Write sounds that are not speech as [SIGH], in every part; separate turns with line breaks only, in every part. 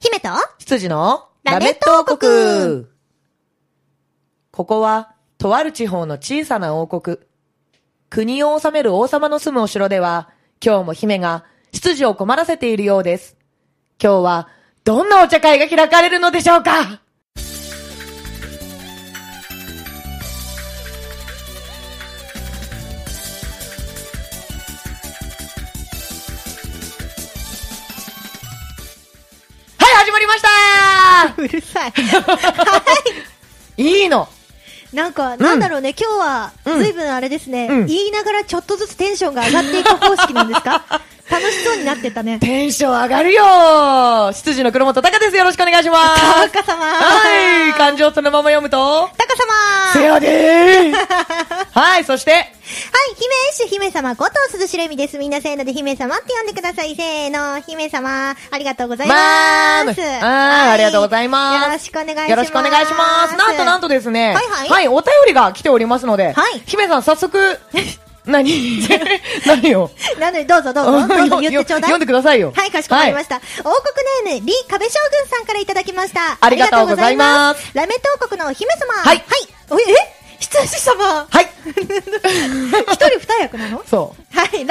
姫と
羊の
ラメット王国
ここは、とある地方の小さな王国。国を治める王様の住むお城では、今日も姫が執事を困らせているようです。今日は、どんなお茶会が開かれるのでしょうかはい、始まりました
うるさい。
いいの
なんか、なんだろうね、今日は、ずいぶんあれですね、
うん
言いながらちょっとずつテンションが上がっていく方式なんです
[LAUGHS]
か楽しそうになってたね。
テンション上がるよ執事の黒本隆です。よろしくお願いします
タカ様
はい漢字をそのまま読むと、
タカ
せ
様
やでーはい、そして、
はい、姫主姫様こと鈴しれみです。みんなせーので姫様って呼んでください。せーの、姫様、ありがとうございます。
まーすあー
はい
ありがとうございます
よろしくお願いします。
よろしくお願いします。なんとなんとですね、
はいはい
お便りが来ておりますので、
はい
姫さん早速、
[LAUGHS]
何 [LAUGHS] 何を
なので、どうぞどうぞ、どう
[LAUGHS]
ぞ言ってちょうだい。
読んでくださいよ。
はい、かしこまりま
し
した。王国ネーム、リ・壁将軍さんからいただきました。
ありがとうございま
ありがとうございま
す
す。ラメット王国のお姫様。
はい
おえ、羊
[LAUGHS]
様。
はい。
一人二役なの
そ
はい、ラメー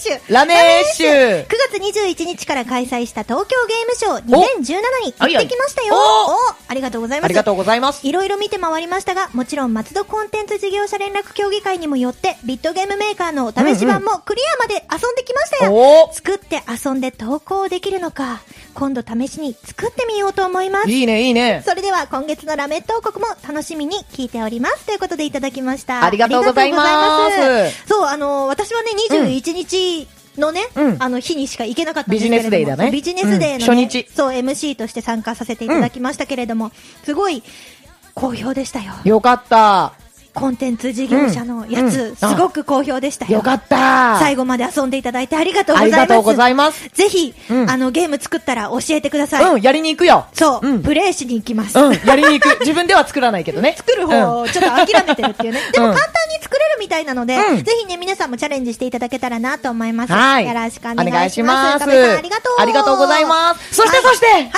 シュ。
う。ラメーシ
9
ュ
月21日から開催した東京ゲームショー2017に行ってきましたよ。
お
おありがとうございます。
ありがとうございます。
いろいろ見て回りましたが、もちろん松戸コンテンツ事業者連絡協議会にもよって、ビットゲームメーカーのお試し版もクリアまで遊んできましたよ。
おー
作って遊んで投稿できるのか、今度試しに作ってみようと思います。
いいね、いいね。
それでは今月のラメット王国も楽しみに聞いております。ということでいただきました。
ありがとうございます
ありがとうございますそう、あの、私はね、21日、のね、
うん
あの日にしか行けなかったんですけれども
ビジネスデーだ
そうビジネスデー
ね
のね、
うん初日
そう、MC として参加させていただきましたけれども、すごい、好評でしたよ。
よかった。
コンテンツ事業者のやつ、
うんうん
すごく好評でしたよ。
よかった。
最後まで遊んでいただいてありがとうござ
あ
い
り
ます。
がとうございます。
ぜひ、
うん
あの、ゲーム作ったら教えてください。
うん、やりに行くよ。
そう、
うん
プレイしに行きます。
うん、やりに行く。自分では作らないけどね。
[LAUGHS] 作る方
う
を
ん
ちょっと諦めてるって
[LAUGHS]
いうね。でも
うん
簡単に作れるみたいなので、
うん
ぜひね、皆さんもチャレンジしていただけたらなと思います。
はい。
よろしくお願いします。岡
お
部
願い
さんあ
し
りがとう。
ありがとうございます。そして、
はい
そして、
はいはい。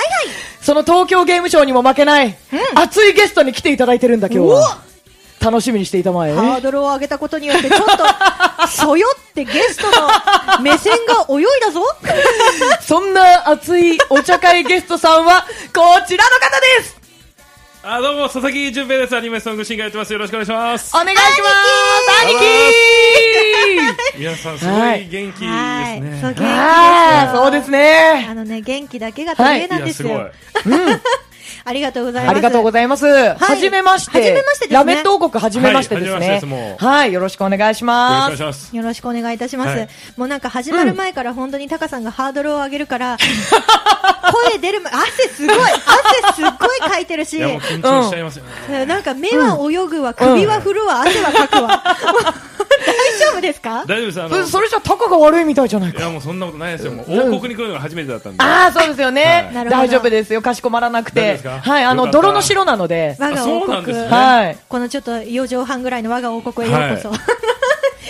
その東京ゲームショウにも負けない、熱いゲストに来ていただいてるんだ、今日は。楽しみにしていたまえ。
ハードルを上げたことによって、ちょっと、そよってゲストの目線が泳いだ
[LAUGHS]
ぞ。
そんな熱いお茶会ゲストさんは、こちらの方です
あどうも佐々木純平ですアニメソングシンガーやってますよろしくお願いします
お願いします兄
兄貴
貴
皆さんすご
はいい
元気ですね、
はい。そう、元気ですよ
ああ、そうです
あ
ね。
のね、元気だけが取り柄
い
なん
や
です
すご
よ。
い
ありがとうございます。
ありがとうご
ざい
ざいます。はじめまして。
はじめましてですね
ラメット王国はじめましてです
はいはじめましてです
ね
も。う
はい、よろしくお願いし
よろしくお
ま
願い
す
し。ます
よろしくお願いいたします。
はい
もうなんか始まる前から本当にタカさんがハードルを上げるから、声出る前、汗すごい、汗すっごいかいてるし
い、やもう緊張しちゃいますよね、
なんか目は泳ぐわ、首は振るわ、汗はかくわ。大丈夫ですか
大丈夫ですあ
そ
の
れそれじゃタカが悪いみたいじゃない
い
か。
やもうそんなことないですよもう王国に来るのが初めてだったんで
ああ、そうですよね
は。い
なるほど
大丈夫ですよ。かしこまらなく
大
て
丈夫です。か
はい、あ
よ
の、
かった
泥の城なので。
我が王
そう
国
なんですね
はい。
このちょっと4畳半ぐらいの我が王国へようこそ。 [LAUGHS]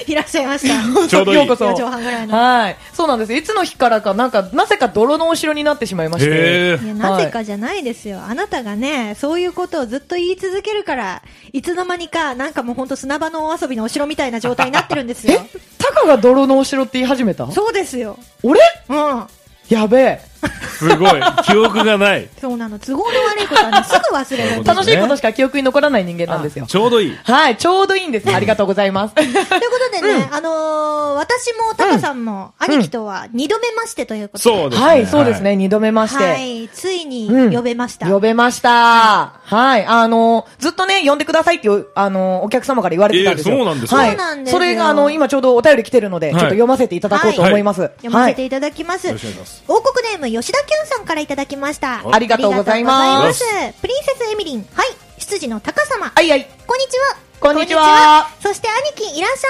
い、らっしゃいました。
[LAUGHS]
ちょうどいい
ようこそ。
四畳半ぐらいの
はい。そうなんです。いつの日からか、なんか、なぜか泥のお城になってしまいまし
へ
て。
[LAUGHS]
いや
え
なぜかじゃないですよ、あなたがね、そういうことをずっと言い続けるから、いつの間にか、なんかもう本当、砂場のお遊びのお城みたいな状態になってるんです
え
よ、
タカが泥のお城って言い始めた
そうですよ、
俺
うん、
やべえ。
すごい記憶がない
そうなの、都合の悪いことはね、すぐ忘れるんです
楽
よ。
しいことしか記憶に残らない人間なんですよ
あ。ちょうどいい
はい、ちょうどいいんです。ありがとうござい
[LAUGHS]
ます。
ということでね、あのー私もタカさんも、
ん
兄貴とは二度目ましてということで、
そうですね
はい、そうですね。二度目まし
は
て。
い、ついに
うん
呼べました。
呼べました。はい。あの、ずっとね、呼んでくださいっていう、あの、お客様から言われてたんですよ。
えーそうなんですか
はい。
そうなんですよ
それが、あの、今ちょうどお便り来てるので、
い
ちょっと読ませていただこうと思います。
読ませていただきます。
よろしくお願いします
王国ネーム吉田キュンさんからいただきました。
ありがとうござい
ありがとうござい
ま
ます。プリンセスエミリン、はい、執事のタカ様。
はいはい。
こんにちは。
こんにちは
こんにちはそして兄貴いらっし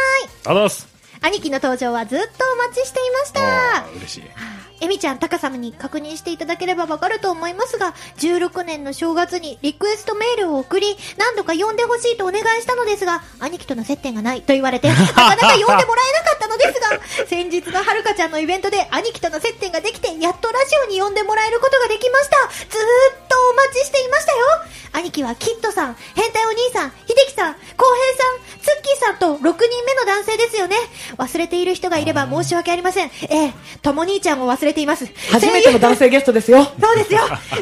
ゃい。
あざっす
兄貴の登場はずっとお待ちしていました。
あー嬉しい
エミちゃん、タカ様に確認していただければわかると思いますが、16年の正月にリクエストメールを送り、何度か呼んでほしいとお願いしたのですが、兄貴との接点がないと言われて、なかなか呼んでもらえなかったのですが、 [LAUGHS] 先日のはるかちゃんのイベントで兄貴との接点ができてやっとラジオに呼んでもらえることができましたずーっとお待ちしていましたよ兄貴はキッドさん変態お兄さん秀樹さん浩平さんツッキーさんと6人目の男性ですよね忘れている人がいれば申し訳ありませんええとも兄ちゃんも忘れています
初めての男性ゲストですよ。
そうですよ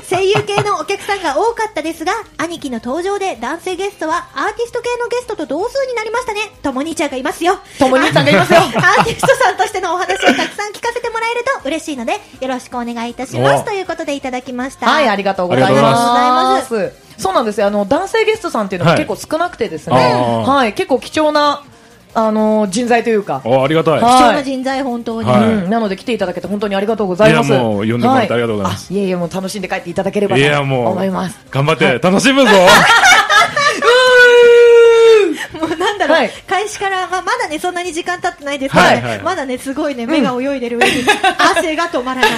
声優系のお客さんが多かったですが兄貴の登場で男性ゲストはアーティスト系のゲストと同数になりましたねとも兄ちゃんがいますよ
とも兄ちゃんがいますよ
あアーティストさんとしてのお話をたくさん聞かせてもらえると嬉しいのでよろしくお願いいたしま
お
すということでいただきました
[LAUGHS] はい、ありがとうござい
ありがとうござい
ま
ます
す。そうなんですよ。あの、男性ゲストさんっていうのが
はい
結構少なくてですね。
あ
はい、
ー
結構貴重な、あのー人材というか。
おありがたい。
貴
は
重な人材本当に、
はい
うん、なので来ていただけて本当にありがとうございます。。
いやもう呼んでもらってありがとうございます
いえいえ、もう楽しんで帰っていただければ
いや
と
もう
思います。
頑張って楽しむぞ。
もうなんだろう、
はい
開始から、まあ、まだねそんなに時間経ってないですけど、
はいはい
まだねすごいね目が泳いでる上に、汗が止まらない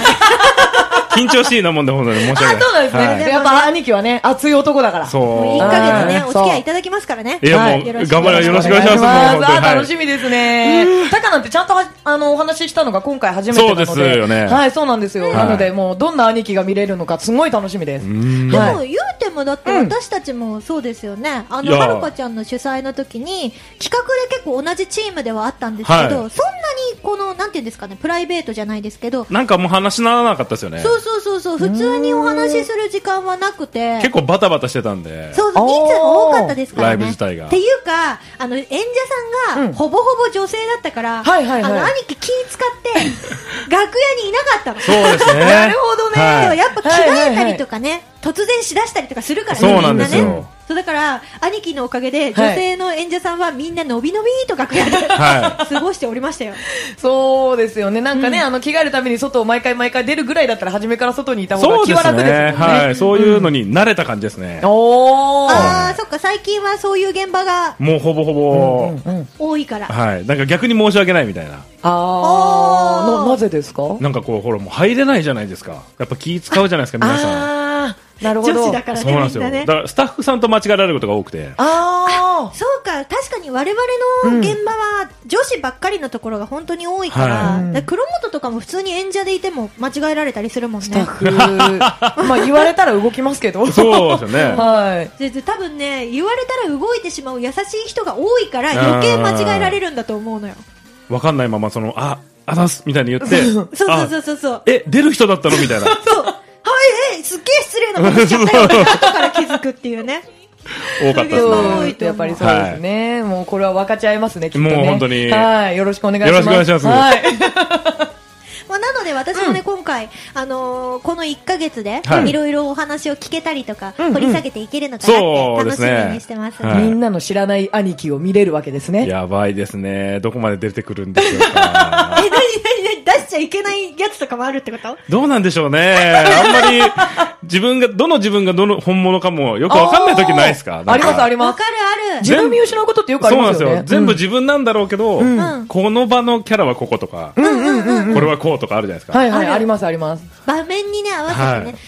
緊張しいなもんで本当に申
あ、
し訳ない。
そうなんですね。
はい
い
やっぱ兄貴はね、熱い男だから。
もう1
そ
ヶ
う。
月ね
あー
お付き合いいただきますからね
いやも
は
う
よろしく
頑張れよろしくお願いします。もう本当
あ
にはい
楽しみですね。タカなんてちゃんとはあのお話ししたのが今回初めてなので。
そうですよね
はい、そうなんですよ。
い
なので、もうどんな兄貴が見れるのかすごい楽しみです。
ん
でも、
はい。
言うてもだって
うん
私たちもそうですよね、あ
い
の
や
はるかちゃんの主催の時に企画で結構同じチームではあったんですけど、
はい
そんなにこのなんていうんですかねプライベートじゃないですけど、
なんかもう話しならなかったですよね。
そうそうそうそう普通にお話しする時間はなくて
結構バタバタしてたんで。
そうそう人数も多かったですからね。
ライブ自体が
っていうか、あの、演者さん
うん
が、ほぼほぼ女性だったから、
はいはいはい
あの、兄貴気使っ
[LAUGHS]
て、楽屋にいなかったの。
そうで
[LAUGHS]
すね。
なるほどね
でも
はい
やっぱ着替えたりとかね、突然しだしたりとかするからね、
そうなんですよ
みね。そうだから、兄貴のおかげで、女性の演者さんはみんなのびのびーと楽屋で、
は
過ごしておりましたよ。
[LAUGHS]
そうですよね。なんかね、あの、着替えるために外を毎回毎回出るぐらいだったら、初めから外 [LAUGHS] にいた方
そ
が
う
気
で
は
す
楽ですもん
ね。
ね。
はい。そういうのに慣れた感じですね。
おー。
ああ、そっか、最近はそういう現場が
もうほぼほぼ、
多いから。
はい。なんか逆に申し訳ないみたいな。
あー。
おー
な、なぜですか
なんかこう、ほら、もう入れないじゃないですか。やっぱ気使うじゃないですか、皆さん。
あー。なるほ
女
ど。
子だから
そう
ね、
なんで
み
す
ん
よ。
な
だ
ね
か。らスタッフさんと間違えられることが多くて。
あー。
そうか確かに我々の現場は女子ばっかりのところが本当に多いから,、
はい
だから黒本とかも普通に演者でいても間違えられたりするもん
スタッ
ね
フ。まあ、言われたら動きますけど。
そうですよね
はい。
でで多分ね言われたら動いてしまう優しい人が多いから
あー
余計間違えられるんだと思うのよ
わかんないまま、その、あ、あざすみたいに言っ
そ
て。
うそうそう
あ
そうそう
え、出る人だったのみたいな。
そうはいえいすっげえ失礼なことしちゃったよって後から気づくっていうね [LAUGHS]
多
[LAUGHS]
かったで
そ
す
う
ね。
多いと思う
やっぱりそうですね、もうこれは分かち合いますね、きっとね。
もう本当に
はい、よろしくお願いします。
よろしくお願いします
はい。
まあ、なので私もね、今回、あのーこの1ヶ月で
はい
いろいろお話を聞けたりとか、
んうん
掘り下げていけるのかなって
そうで
楽
す
し
ね
みにしてます
はい
みんなの知らない兄貴を見れるわけですね。
やばいですね。どこまで出てくるんでしょうか。
[LAUGHS] え、なになになに出しちゃいけないやつとかもあるってこと
どうなんでしょうね。あんまり、自分が、どの自分がどの本物かもよくわかんない時ないですか
あーあります、あ
り
り
わ
ま
か
す。
るある。
自分見失うことってよくあ
そ
り
うなん
ま
ですす
よね
よ。。全部自分なんだろうけど、
ん
この場のキャラはこことか、これはこうとかあるじゃないですか。
はいはい、
ある
あります、あります。
場面にね、合わせてね、
はい
それこ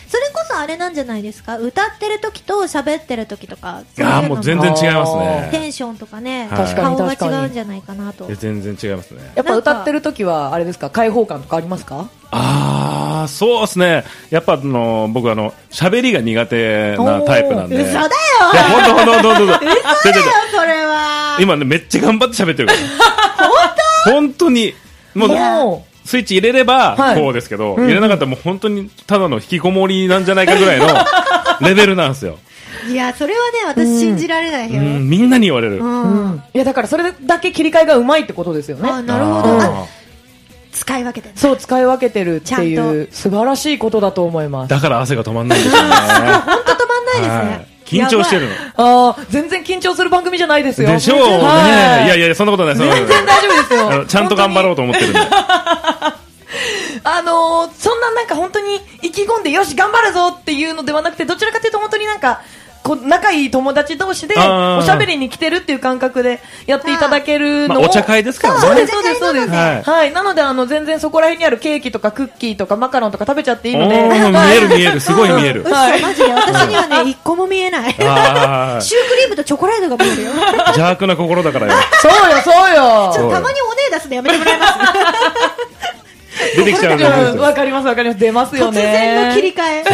そあれなんじゃないですか歌ってる時と喋ってる時とか。
いやーもう全然違います
あ
テ
ね。
ンションとかね、
はい確か
顔
に
が
確かに
違うんじゃないかなと
いや。全然違いますね。
やっぱ歌ってる時は、あれですか、開放感とかありますか
ああ、そうですね。やっぱあの、僕あの、喋りが苦手なタイプなんで。
おー
嘘だよ
いや、ほんとほんとほんとほんと。嘘だ
それは
今ね、めっちゃ頑張って喋ってるから。本当にもう、
も
スイッチ入れれば
はい
こうですけど、入れなかったらもう本当にただの引きこもりなんじゃないかぐらい [LAUGHS] のレベルなんですよ。
いや、それはね、私信じられないよ。
う
うん。
ん、みんなに言われる。
う、うん。いや、だからそれだけ切り替えがうまいってことですよ
あ、
ね。
なるほど。あ、
あ
使い分けてね。
そう、使い分けてるって
ちゃ
い
ん
う、素晴らしいことだと思いま
ー
す。
だから汗が止まんないんです
[LAUGHS]
よね。
ほんと止まんないです
は
ね。
い緊張してる
ああ、全然緊張する番組じゃないですよ。
の。でしょうね。い
はい
やいや、そんなことない、そんなこと
全然
ない
大丈夫です
あ
よ
の。ちゃんと頑張ろうと思ってるんで。
あのーそんななんか本当に意気込んでよし頑張るぞっていうのではなくてどちらかというと本当になんかこう仲いい友達同士で
あー
おしゃべりに来てるっていう感覚でやっていただけるのを、
まあお茶会ですからね
そうですそうですそうです、
お茶
会なの
は
で
い、なのであの全然そこら辺にあるケーキとかクッキーとかマカロンとか食べちゃっていいので
お
[LAUGHS]
ー
はい
見える見えるすごい見える
嘘、
はい
マジで。私にはね、一個も見えない。 [LAUGHS] シュー
あー
クリームとチョコレートが見えるよ。
邪悪な心だからよ。
そうよそうよ
ちょっと
そう
たまにおね出すのやめてもらえます
出てきちゃうと思うん
うん
です
わ
よ。
かりますわかります。出ますよ
突
ね。
然の切り替え。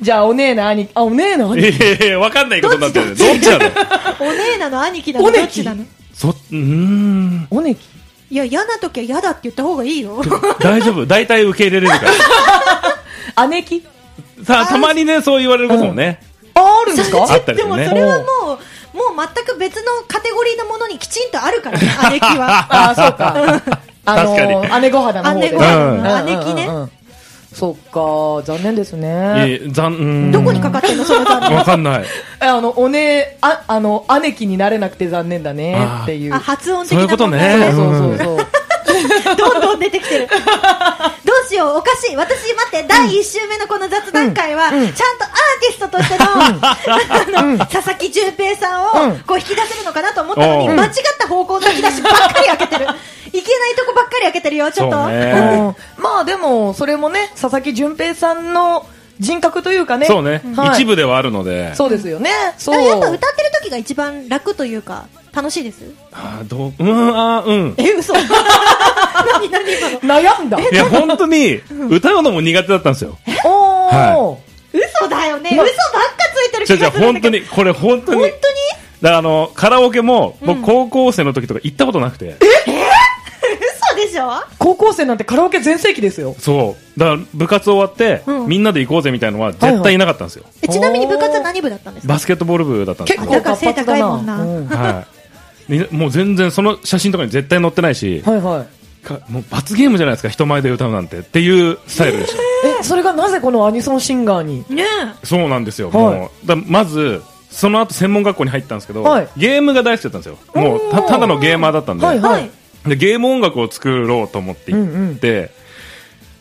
じゃあ、おねえな兄貴、あ、おねえな兄貴。
いやいやいや、わかんないことになってる。どっちなの
お姉なの兄貴なの
お姉
ど
貴
っちなの
そ、うーん。
おねき。
いや、嫌な時は嫌だって言った方がいいよ。
[LAUGHS] 大丈夫。大体受け入れれるから。
姉貴。
さあ、たまにね、そう言われることもね。
あ、あるんですか
[LAUGHS]
あったり
で
と
も
か
そ
ね。
れはもう、もう全く別のカテゴリーのものにきちんとあるからね、姉貴は。
[LAUGHS] ああ、そう
[LAUGHS]
か。あの
確か
ー、姉御肌の方で。
姉御
肌
の姉貴ね
うんうんうんうん。そっか、残念です
い
ね。
えざんうーん
どこにかかってんの、その残念。
わかんない。
えあの、おねあ、あの、姉貴になれなくて残念だねっていう
あ、。発音的
そう
な
いうこと
問題
そう
ね。
そうそうそう。
どんどん出てきてる。どうしよう、おかしい。私、待って、第1週目のこの雑談会は、ちゃんとアーティストとしての、 [LAUGHS] あの、佐々木純平さんを
うん、
こう、引き出せるのかなと思ったのに、
うん
間違った方向の引き出しばっかり開けてる。いけないとこばっかり開けてるよ、ちょっと。
そうね
うんまあでも、それもね、佐々木純平さんの人格というかね。
そうね。
はい
一部ではあるので。
そうですよね。そ
だからやっぱ
う。
歌ってる時が一番楽というか、楽しいです。
あーどう、うん、あーうん。
え、嘘。 [LAUGHS] 何、何今の。
[LAUGHS] 悩んだ。
いや、本当に、歌うのも苦手だったんですよ。
おー
は
嘘だよね。嘘
ま
ばっかついてる
じゃ
気
じゃ
がするん
本
だ
当
けど。
に、これ本当に。
本
だからあの、カラオケも、僕高校生の時とか行ったことなくて。
当に嘘でしょ
高校生なんてカラオケ全盛期ですよ。
そう。だから部活終わって、
うん
みんなで行こうぜみたいなのは絶対いなかったんですよ。
えちなみに部活は何部だったんですか
バスケットボール部だったんです
結
け
構
ど。
だから
活
背
発
高
だ
いもんな
な。うん
はい。にもう全然その写真とかに絶対載ってないし、
はいはい。
かもう罰ゲームじゃないですか、人前で歌うなんてっていうスタイルでした。
え、それがなぜこのアニソンシンガーに。
ね
そうなんですよ、
はい
もうだまずその後専門学校に入ったんですけど、
はい
ゲームが大好きだったんですよもうたただのゲーマーだったんで,、
はい
え。
は
はい。
でゲーム音楽を作ろうと思って行って、
うんうん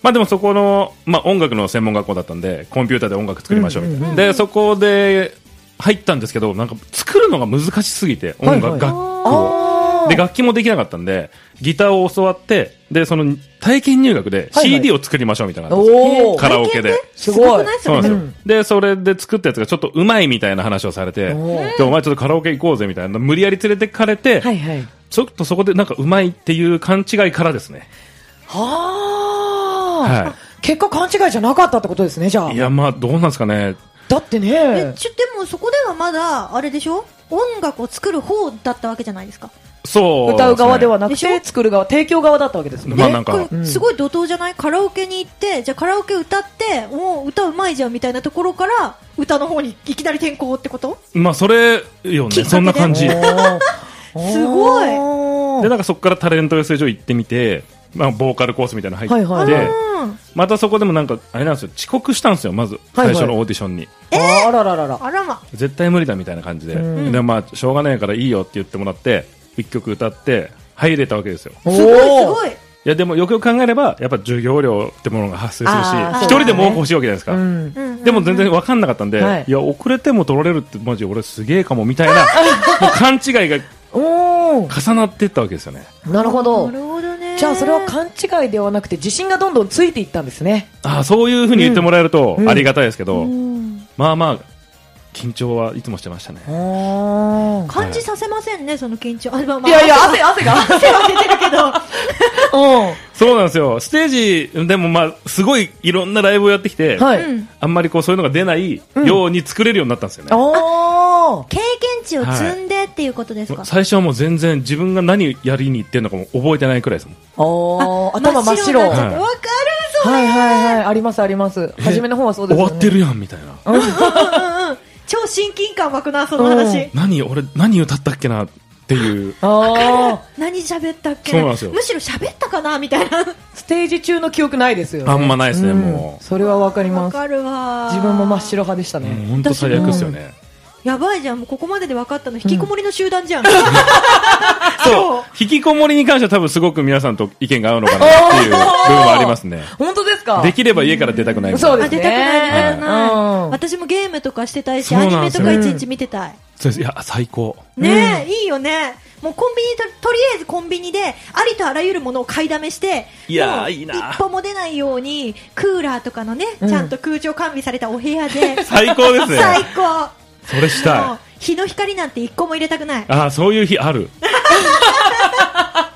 まあ、でもそこの、まあ、音楽の専門学校だったんでコンピューターで音楽作りましょうみたいな、
うんうん
でそこで入ったんですけどなんか作るのが難しすぎて音楽、
はいはい
楽を
あ
で楽器もできなかったんでギターを教わってでその体験入学で
はいはい
CD を作りましょうみたいな
ー。
のがあったんですよ、
お
カ
ー。
ラオケで。
す
すご
ご
く
い。
ないそ
そ
れ
うな
ね
んですよ、
うんで
でそれで作ったやつがちょっとうまいみたいな話をされてで
おー
お前ちょっとカラオケ行こうぜみたいな無理やり連れてかれて、
はいはい。
ちょっとそこでなんかうまいっていう勘違いからですね、
は
は
あ。結果勘違いじゃなかったってことですね、じゃあ
い、い。やまあどうなんですかね
だって
え
ね。
ちょでもそこではまだ、あれでしょ音楽を作る方だったわけじゃないですか。
そうですね、
歌う側ではなく
でし
て
ょ
作る側提供側だったわけですもんね、
まあなんか
えこれ
うん
すごい怒涛じゃないカラオケに行って、じゃあカラオケ歌って、もう歌うまいじゃんみたいなところから、歌の方にいきなり転校ってこと
まあそれよ
きっかけ
ね
で
そんな感じで
[LAUGHS]
す
ごい
なんかそこからタレント養成所行ってみて、まあ、ボーカルコースみたいなの入って、
はいはい
うん
で
またそこでもなんかあれなんですよ遅刻したんですよまず
はい
最
はい
初のオーディションに、
あらららら
あらま。
絶対無理だみたいな感じで、
うん
でまあしょうがないからいいよって言ってもらって一曲歌って入れたわけですよ
おー
すごいすごい。
いやでもよくよく考えればやっぱ授業料ってものが発生するし
あー
一
そうだね
人でも多く欲しいわけじゃないですか、
うん
うんうん
でも全然分かんなかったんで、
はい
い、や遅れても取られるってマジ俺すげえかもみたいなもう勘違いが
おー
重なっていったわけですよね
なるほど
なるほどね。
じゃあそれは勘違いではなくて自信がどんどんついていったんですね
ああそういうふうに言ってもらえると
うん
ありがたいですけど、
うん
まあまあ緊張はいつもしてましたね
おー
感じさせませんね、その緊張。あまあまあ
いやいや汗汗が
汗は出てるけど。
[LAUGHS] う
そうなんですよステージでもまあすごいいろんなライブをやってきて、
んは
う
い
ん
あんまりこうそういうのが出ないように作れるようになったんですよね、
おー
経験値を積んでっていうことですか、
最初はもう全然自分が何やりに行ってんのかも覚えてないくらいですもん
おー頭真っ白
になっ
はい
ち
は
ゃってわかるそれ、
いはいありますあります初めの方はそうですよ
終わ
ね
ってるやんみたいな
うんうんうん超親近感湧くなその話、
う
何俺何歌ったっけなっていう
あー
何喋ったっけ
そうなんですよ
むしろ喋ったかなみたいな
ステージ中の記憶ないですよね
あんまないですね
うん
もう
それはわかりま
わ
す
かるわ
自分も真っ白派でしたね
本当最悪ですよね
やばいじゃんもうここまでで分かったの引きこもりの集団じゃん、
そう引きこもりに関しては多分すごく皆さんと意見が合うのかなっていう部分はありますね
本当ですか
できれば家から出たくないみたい
そう
な
で
あ
すね
出たくない出たくない、
うん
私もゲームとかしてたいし
そう
ア
なん
ニメ
です
と
よ
か一日見てたい
そうですいや最高
ねえ、いいよねもうコンビニととりあえずコンビニでありとあらゆるものを買いだめして
いやー
もう
いいな
一歩も出ないようにクーラーとかのね、
うん
ちゃんと空調完備されたお部屋で
[LAUGHS] 最高ですね
最高
それ
もう
した
日の光なんて一個も入れたくない
いああそういう日ある
あ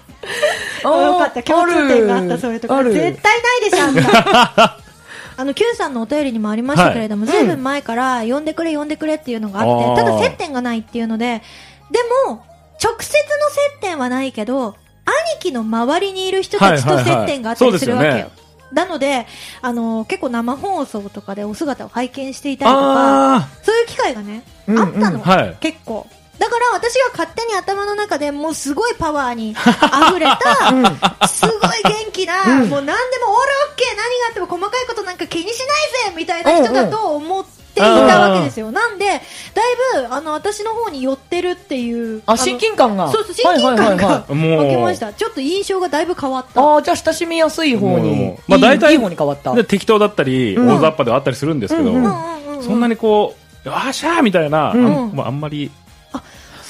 よかった共通点があっ
あ
た
る
そういうとこ
あ
ろ
る
絶対ないでしょあんな
[LAUGHS]
あの Q さんのお便りにもありましたけれども、ずいぶん前から呼んでくれ呼んでくれっていうのがあって
あー
ただ接点がないっていうのででも直接の接点はないけど兄貴の周りにいる人たちと
はいはいは
接
い
点があったりするわけよ、
そうですよ
なのであの結構生放送とかでお姿を拝見していたりとか
あ
そういう機会がね、
うんうん
あったの、
はい
結構。だから私が勝手に頭の中でもうすごいパワーに溢れた、
[LAUGHS]
すごい元気な、もう何でもオールオッケー何があっても細かいことなんか気にしないぜみたいな人だと思っていたわけですよ。なんで、だいぶあの私の方に寄ってるっていう。
あ
の
親近感が
そうそう、親近
は
感
いはいはい
が
は
あ、も
湧きま
う
し。た。ちょっと印象がだいぶ変わった。
ああ、じゃあ親しみやすい方に
も。うまあ大体
いい方に変わった。
で適当だったり、
うん
大雑把ではあったりするんですけど、
うんうん
うんうんうん
そんなにこう、わーしゃーみたいな、
うん
あんまああんまり、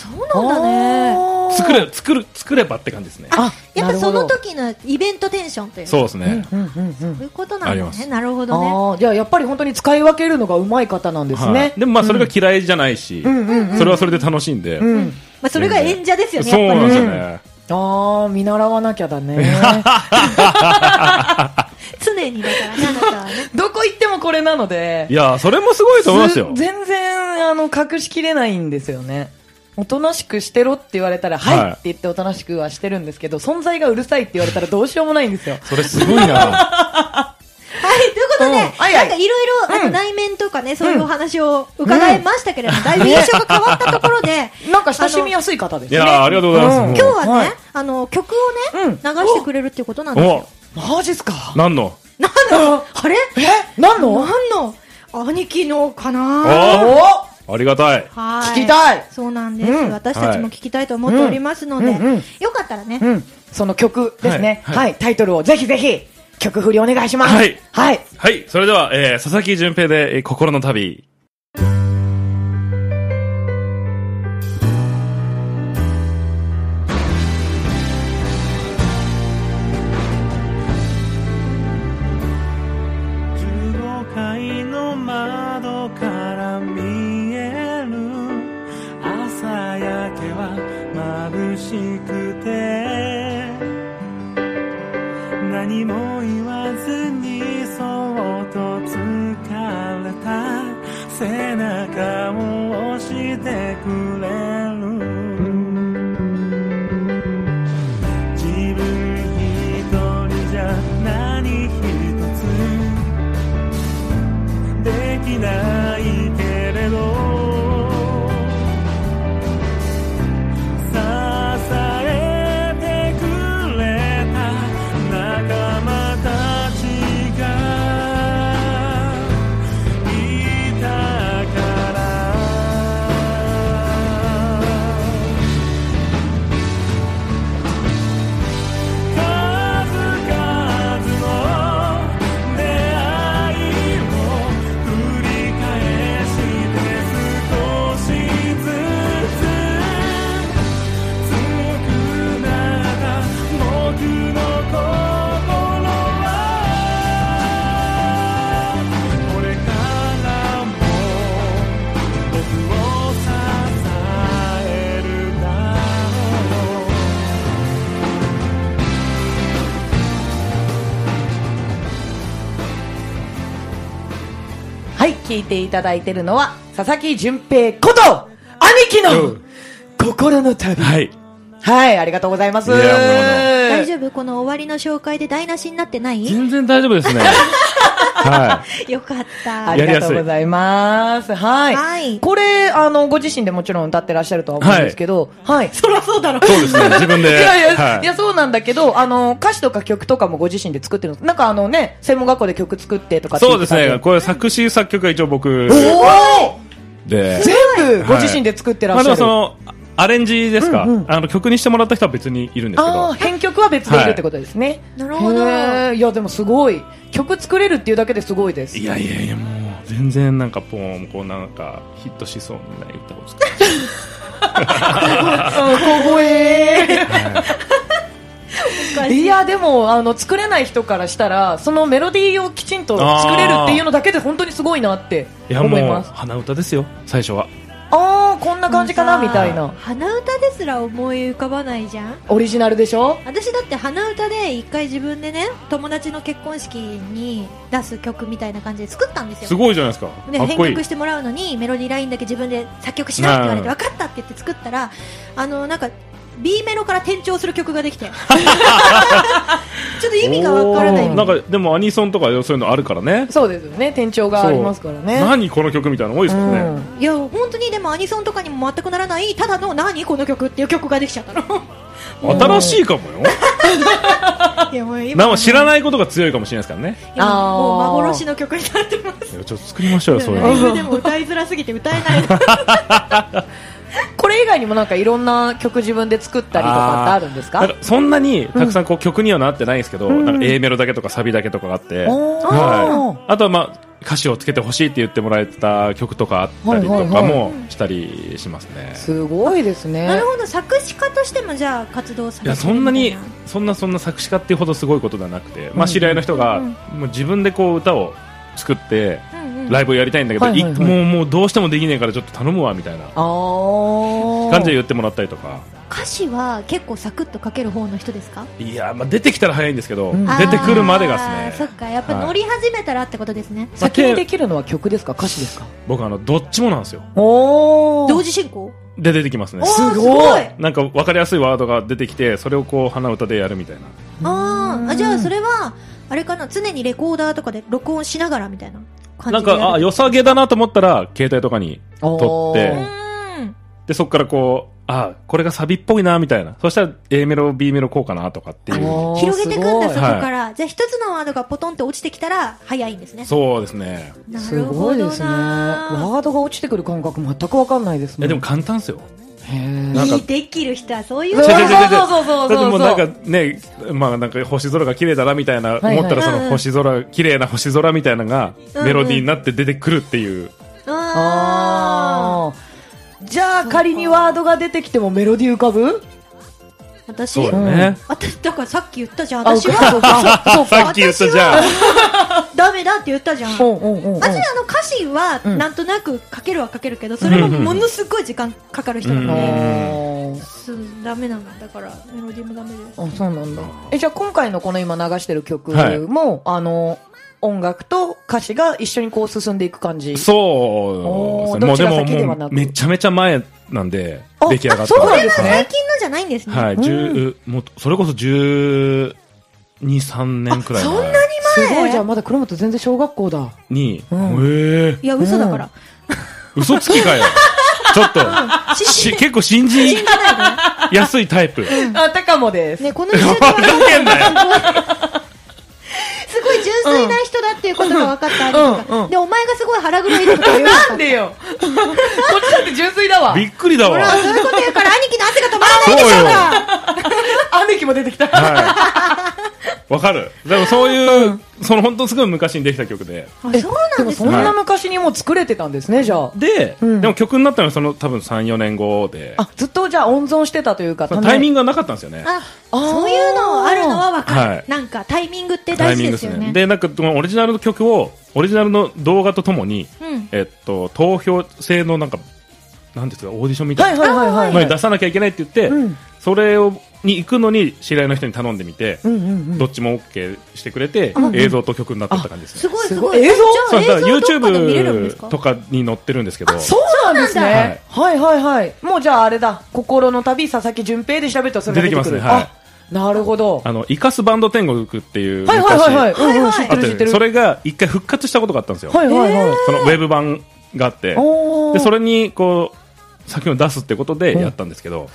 そうなんだね。
あー
作。れ、作る、作ればって感じですね。
あ、
やっぱそ
なる
の
ほど。
時のイベントテンションというか
そうですね。
うんうんうんうん
そういうことなん
あり
だ
ま
ね。
す
なるほどね。
ああ、じゃあやっぱり本当に使い分けるのがうまい方なんです
は
ね
い。でもまあそれが嫌いじゃないし、
うんうんうん
それはそれで楽しいんで、
うん。
まあ、それが演者ですよね、
そう
やっ
な
ぱ
ん
り
です
ね
よね。
ああ、見習わなきゃだね。
常にだからね、あなたは
[LAUGHS]
ね。
[LAUGHS] どこ行ってもこれなので
い。やー、それもすごいと思いますよ。
全然、あの、隠しきれないんですよね。おとなしくしてろって言われたら、はい
はい
って言っておとなしくはしてるんですけど、存在がうるさいって言われたらどうしようもないんですよ。
それすごい
[LAUGHS]
な。
はい、ということで、
うんはいは
ないんかいろいろ、なんか内面とかね、そういうお話を伺いましたけれども、だいぶ印象が変わったところで、
[LAUGHS] なんか親しみやすい方ですね。
いやー、ありがとうございます。
[LAUGHS] うん
もう
今日はね、
はい
あの、曲をね、
うん
流してくれるっていうことなんですよ。
マジっすか
お何の
なんのあれ
えなん
な
の
んの兄貴のかな
あ
お
ーありがたい。
は
聞きたい
そうなんです、
うん
私たちも聞きたいと思っておりますので、
はいうんうん
よかったらね、
うん。その曲ですね。は、
はいい
タイトルをぜひぜひ、曲振りお願いします。
はい
はい。
はい、それでは、えー、佐々木純平で、えー心の旅。
15階の窓から見える朝焼けは眩しくて何も言わずにそっと疲れた背中を押してくれる自分一人じゃ何一つできないけれど支えてくれた仲間たちがいたから数々の出会いを重ね繰り返して少しずつつくなった僕の心はこれからも僕を支えるだろう
はい、聞いていただいてるのは、佐々木純平こと、兄貴
う
の
ん、
心の旅。は、
はいい。
ありがとうございます。
いやもう
大丈夫この終わりの紹介で台無しになってない
全然大丈夫です
[LAUGHS]
ね。は
よかった。
ありがとうございます。はい。
はい
これ、あの、ご自身でもちろん歌ってらっしゃるとは思うんですけど、はい。そらそうだろ。
い。そうですね、自分
[LAUGHS] い
で。
やいや、、
はい
や、そうなんだけど、あの、歌詞とか曲とかもご自身で作ってるんですなんかあのね、専門学校で曲作ってとかって
そ
言
う
っ
で
て
す
たん
ね、これ作詞作曲が一応僕
おお
で。
全部ご自身で作ってら
ま
っ
あ
し
で
ゃ
も
る。
その、アレンジですか、
うんうん
あの曲にしてもらった人は別にいるんですけ
ああー、
ど。
編曲は別でいるってことですね。
なるほど
へーいや、でもすごい。曲作れるっていうだけですごいです。
いやいやいや、もう、全然なんかポーン、こうなんか、ヒットしそうにない歌を作って。
小声。 [LAUGHS] いやでもあの作れない人からしたらそのメロディーをきちんと作れるっていうのだけで本当にすごいなって
いや
思い
もう、
ます
鼻歌ですよ、最初は。
あー、こんな感じかなみたいな。
鼻歌ですら思い浮かばないじゃん
オリジナルでしょ
私だって鼻歌で一回自分でね友達の結婚式に出す曲みたいな感じで作ったんですよ
すごいじゃないですか。
で
かっ
編
こいい
曲。してもらうのにメロディーラインだけ自分で作曲しろって言われて
うん
分かったって言って作ったらあのなんか B メロから転調する曲ができてちょっと意味が分からない
おーなんか、でもアニソンとかそういうのあるからね。
そうですよね。店長がありますからね。
何この曲みたいなの多いですもんね。
うん
いや本当にでもアニソンとかにも全くならないただの何この曲っていう曲ができちゃったの
新しいかもよ。
いやもう今
なんか知らないことが強いかもしれないですからね。
今もう
あー
幻の曲になってます
いやちょっと作りましょうよ、そういう
ライ
の。
ブでも歌いづらすぎて歌えない
これ以外にもなんかいろんな曲自分で作ったりとかってあるんです
なん
か
かそんなにたくさんこう曲にはなってないんですけど、
ん
なんか A メロだけとかサビだけとかがあって、
おー
はい、あとはまあ歌詞をつけてほしいって言ってもらえた曲とかあったりとか
はいはい
もしたりしますね。
すごいです
[LAUGHS] な
ね
る。ほど作詞家としてもじゃあ活動さ
い
れ
や
てる
そんなに
みたい
そんなそんな作詞家っていうほどすごいことではなくて、
うんう
ま
ん
あ、知り合いの人が
うん
もう自分でこう歌を作って
うんうん
ライブをやりたいんだけど、
はいはいはい
いもうもうどうしてもできねえからちょっと頼むわみたいな
あー。
感じで言ってもらったりとか
歌詞は結構サクッと書ける方の人ですか
いや、まあ、出てきたら早いんですけど、
うん
出てくるまでが
あー
です
そっ
ね
かやっぱ乗り始めたらってことですね、
先にできるのは曲ですか歌詞ですか
僕あのどっちもなんですよ
おー。
同時進行
で出てきますね
おー
すごい
なんか分かりやすいワードが出てきてそれをこう鼻歌でやるみたいな
あ
うん
ーあじゃあそれはあれかな常にレコーダーとかで録音しながらみたいな感
なん
じでやる
かあ良さげだなと思ったら携帯とかに撮って
おー
うん
でそこからこうあこれがサビっぽいなみたいなそしたら A メロ B メロこうかなとかっていう
おー
広げていくんだそ
す
こ
ごい
から、じゃあ一つのワードがポトンって落ちてきたら早いんですね
そうですね
な
す
る
ご
ほ
い
ど
ですね。
な
ワードが落ちてくる感覚全くわかんないです
い
も
や
ん。
でも簡単ですよ
へー
なんか
[LAUGHS] できる人はそういう
そう
違う違う違う違う
そうそうそうそうそう
だってもうなんかね、まあなんか星空が綺麗だなみたいな、
いはい
思ったらそ
うんう
の
ん
星空、綺麗な星空みたいなのが
うん
メロディーになって出てくるっていう。
あ
あーじゃあ仮にワードが出てきてもメロディー浮かぶ
ー私
そうだね。
私だからさっき言ったじゃん
あ
私は
そうかそうか
さっき言ったじゃん。
[LAUGHS] ダメだって言ったじゃん
う
私
んうんうんうん
あの歌詞は
うん
なんとなく書けるは書けるけどそれもものすごい時間かかる人なの
うん
で
あ
そうダメなんだからメロディーもダメです
ーあそうなんだえじゃあ今回のこの今流してる曲も、あの音楽と歌詞が一緒にこう進んでいく感じ
そう
おー
ですね。もう
ど
で
っちが先では
も、も
な
う
く
めちゃめちゃ前なんで
あ、
出来上がった
あそうなん
の
で
は
す
最
ね
近のじゃないんですね、
はい、十、もうそれこそ12、3年くらい
そんな
前
に前
すごいじゃあまだ黒本全然小学校だ
に、え
うん
ー
いや嘘だから、
嘘つきかよ。
[LAUGHS]
ちょっと、
し
し結構信じやすいタ
[LAUGHS]
イプ。
あたかもです、
ね、この人は [LAUGHS]
ふ [LAUGHS] ざけんなよ。
すごい純粋な人だっていうことが分かった、
うん
あれとか
うん
でお前がすごい腹黒いとか言われ
な
た
んでよ [LAUGHS] こっちだって純粋だわ
びっくりだ
ほ
わ
ら。そういうこと言うから兄貴の汗が止まらないでしょうが
姉貴も出てきた
はい。わかる。でもそういう、その本当すごい昔にできた曲で。
あそう
で
なん
も
です
そん
ね
な昔にもう作れてたんですねじゃあ
で、
うん
でも曲になったのはその多分3、4年後で、
あずっとじゃあ温存してたというか
そのタイミ
ング
ングがなかったんですよね。
あ
あー
そういうのあるのは分かる、
はい
なんかタイミングって
タ
大
イミ
事
ン
で
グですす
よ
ね。
ね
で、なんかそのオリジナルの曲を、オリジナルの動画とともに、
うん、
えっと、投票制のなんか、なんですか、オーディションみた
はいい
な
はいはいはい
のに出さなきゃいけないって言って、
うん
それを、に行くのに知り合いの人に頼んでみて、
うんうんうん
どっちも OK してくれて、
うん
映像と曲になったって感じですね。
すごいす
す
ご
ご
いえ
い映像
じ
そ
ゃ
う
あ
だから
映像とかで見れるんです
YouTube
か
とかに載ってるんですけど、
そうなんですね。はいはいはい。もうじゃああれだ。心の旅、佐々木純平で調べたらそれが出てくる。
出てきますねはい
あ、なるほど。は
あの、イカスバンド天国っていう
い
昔、
はいはいはい。うんうん、
昔
知
あ
っ
った
てる知
あったよ
って
ね
る。
それが一回復活したことがあったんですよ。
はいはいはい。
そのウェブ版があって。
おー
で、それに、こう、作品を出すってことでやったんですけど、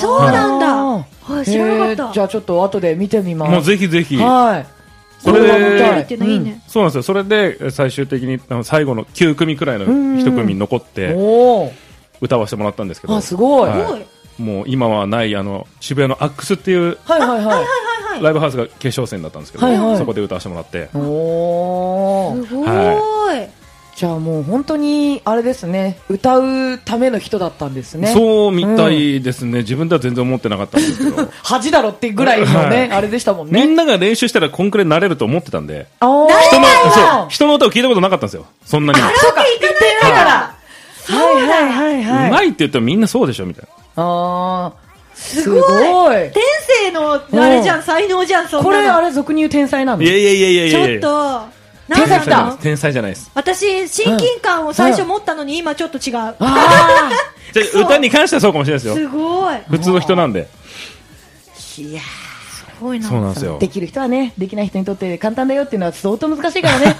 そうなんだ、
あ
はい、
ー
知らなか
へ
っ
ー
た
じゃあちょっと後で見てみます。
もうぜひぜひ、
はい。
そ
こ
れ
れ
で
が見れるっていうのいいね、
そうなんですよ。それで、最終的に、あの最後の9組くらいの
んうん
1組に残って、
おー
歌わせてもらったんですけど、
あ、すごい。
うん
は
はい
す
い
ごい
もう今はない、あの、渋谷のアックスっていう
はいはい。
はいはい
ライブハウスが決勝戦だったんですけど、
はいはい
そこで歌わせてもらって、
おー
すごい、
じゃあもう本当に、あれですね、歌うための人だったんですね。
そうみたいですね。自分では全然思ってなかったんですけ
[LAUGHS]
ど、
恥だろってぐらいの
は
ね、
い
あれでしたもん
みん
ね。
なが練習したらこんくらい慣れると思ってたんで、
あー
人の
そう
そう人の歌を聞いたことなかったんですよ、そんなにも。
そうか、行ってないから。はいはいはいうはい。
まいって言ったらみんなそうでしょみたい
あー。す
すご
ご
い
い。
天性のあれじゃん才能じゃんそんなの
これ、あれ、俗に言う天才なの
な。いやいやいやいやい
ち
やい
ょっ
や
と
天才
なん
来
な
た
の
天才じゃないです。
私親近感を最初持ったのに今ちょっと違う
あ
じゃあ
そう
歌に関してはそうかもしれないですよ。
すごい
普通の人なんで。
ー。いや
すごいな
そうなんですよ。
できる人はね、できない人にとって簡単だよっていうのは相当難しいからね。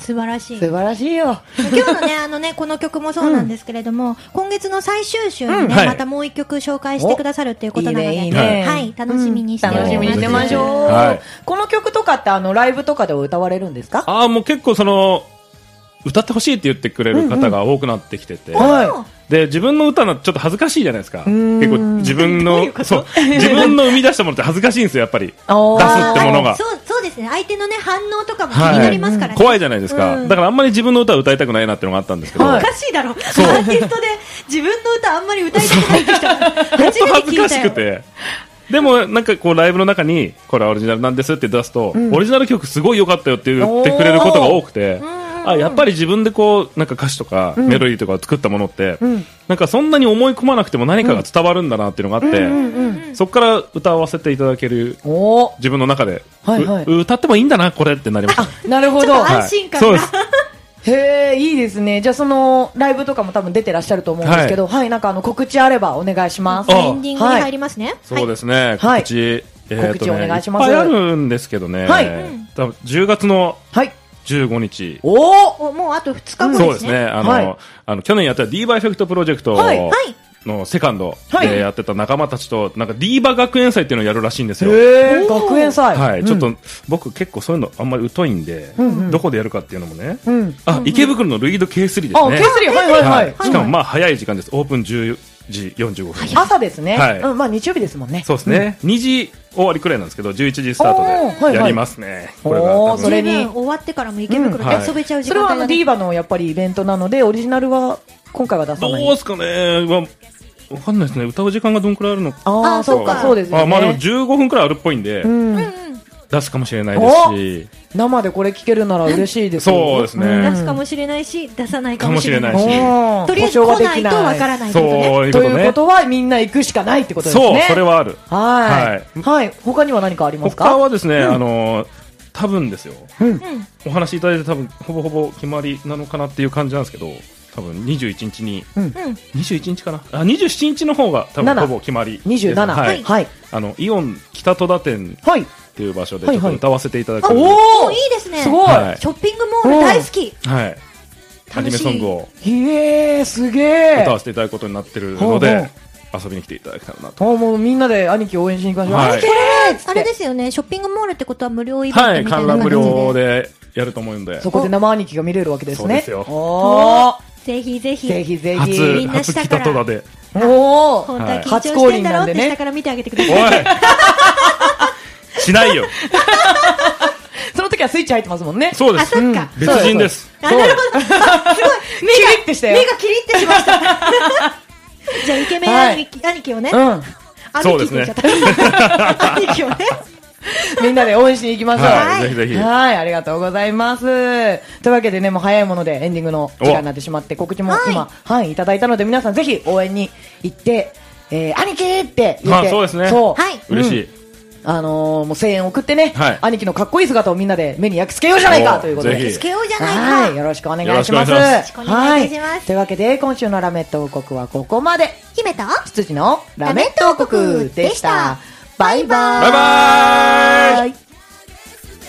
素晴らし
うん、
い
素晴らしいよ。
今日のね、あのね、この曲もそうなんですけれども、今月の最終週にね、
うんはい
またもう一曲紹介してくださるっていうことなので、
いいねいいね
はい、楽しみにしております。
楽しみにしてましょう、
はい
この曲とかってあのライブとかでは歌われるんですか
ああ、もう結構その、歌ってほしいって言ってくれる方が多くなってきてて。
は
で、自分の歌のちょっと恥ずかしいじゃないですか。結構自分
どういうこと
の、そう、自分の生み出したものって恥ずかしいんですよ、やっぱり。
お
出
ー
すってものが。
そう、そうですね。相手のね、反応とかも気になりますからね。
怖いじゃないですか、
うん
だからあんまり自分の歌を歌いたくないなっていうのがあったんですけど、
お
はい
かしいだろ。アーティストで自分の歌あんまり歌いたくないって人
本当
初
恥
めて
ず
聞い
か
た
し
よ
く。てでもなんかこうライブの中にこれはオリジナルなんですって出すと、オリジナル曲すごい良かったよって言ってくれることが多くてあやっぱり自分でこうなんか歌詞とかメロディーとかを作ったものって、なんかそんなに思い込まなくても何かが伝わるんだなっていうのがあって、そこから歌わせていただける
おー
自分の中で、
はいはいう
歌ってもいいんだなこれってなりまし
[LAUGHS]
た、
なるほ
ちょ
ど
っと
はい
安心感が
そうです
へえいいですねじゃあそのライブとかも多分出てらっしゃると思うんですけどはい、なんかあの告知あればお願いします
あ
エンディングに入りますね。
そうですね、
はい
告知、えーとね
告知お願いします
っぱいあるんですけどね、
はい
多分10月の
はい
15日、
おー
おもうあと2日
そう
後
で
です
す
ね。
ね、あの、
はい
あの去年やった D バエフェクトプロジェクト
はいは
のセカンド
はい
でやってた仲間たちと、なんか D バ学園祭っていうのをやるらしいんですよ。
へえ
おー
学園祭
はい、ちょっ
う
と
ん
僕結構そういうのあんまり疎いんで、どこでやるかっていうのもね、
うん
あ、池袋のルイード K3 ですね。
あ、ケースリーはいはいはい、
はいしかもまあ早い時間です。オープン10時45分。
朝ですね、
はい
うん、まあ日曜日ですもんね
そうですね、2時終わりくらいなんですけど11時スタ
おー
ート
はいはい
でやりますね、これが
おー
多分
それ
十
に
分終わってからも池袋
うんは
で
い
遊べちゃう時
それ
間
はあ
帯が
のディ
ね
ーバのやっぱりイベントなのでオリジナルは今回は出さない
どうすかねわわかんないですね歌う時間がどんくらいあるのか
あ
あ
あそう
そうか
かそうですよね
あまあでも15分くらいあるっぽいんで、
うん
出すかもしれないですし
生でこれ聞けるなら嬉しいですよ
そうですね、
出すかもしれないし、出さないかもしれない
かもしれないし
おー
とりあえず
保証
来
がで
ない
き
とわからないってことね。
そういうこと
という
ね
ことはみんな行くしかないってことです
そう、
ね。
それはある
はいはい他には何かあります
他
か。
はですね、あのー多分ですよ、
うん
お話いただいて多分ほぼほぼ決まりなのかなっていう感じなんですけど多分21日に、
うん
ん
21日かなあ27日の方が多分
7
ほぼ決まりです
二十七
は
はいいはい
あのイオン北戸田店
はい
っていう場所で
は
ち
い
ょっ
はい
と歌わせていただく、
あ
はい
お
お
ー
いいですね。
すごい。
は
ショッピングモール大好き。
アニメソングを
へえすげえ
歌。わせていただくことになってるので、
ほう
遊びに来ていただけたらなと
あもうみんなで兄貴応援しに行きましょう。
はい
兄貴これっつって
あれですよね、ショッピングモールってことは無料イベントみ
は
たい
い
な感じ
観
で、
覧無料でやると思うんで
そこで生兄貴が見れるわけですね。
そうですよ
おー
ぜひぜひ
ぜひぜひ。
初
みんな
初
下
北
から
戸田で
お
本
ー
当は緊張
初
し
降
てん
臨
だろ
な
うんって
で
下
ね。
から見てあげてくだ
お
さ [LAUGHS] い
いしないよ
その時はスイッチ入ってますもんね。
そうで
あ
す
そっか、
別人です
あなるほどすごい
キリッてしたよ
目がキリってしました [LAUGHS] じゃあイケメン兄貴,、兄貴をね、
うん。
そう
兄貴
です
って言
ね
っちゃった [LAUGHS] 兄貴をね
みんなで応援しに行きましょう。
はいぜひぜひ
はい、ありがとうございます。というわけでね、もう早いものでエンディングの時間になってしまって、告知も今、はい、いただいたので、皆さんぜひ応援に行って、えー、兄貴って言って、
あそうですね
そう
はい
嬉しい、
あのー、もう声援を送ってね、
はい
兄貴のかっこいい姿をみんなで目に焼き付けようじゃないかということ
ぜ
で
ひ。
つけようじゃないか
はい、よろしくお願いします。
よろ
しくお願いします
はというわけで、今週のラメット王国はここまで。
姫と
羊のラメット王国でした。バイバーイ。
バイバーイ
イ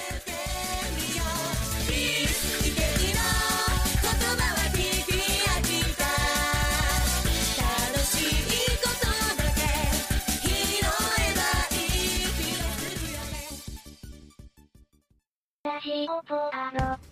ラジオポアド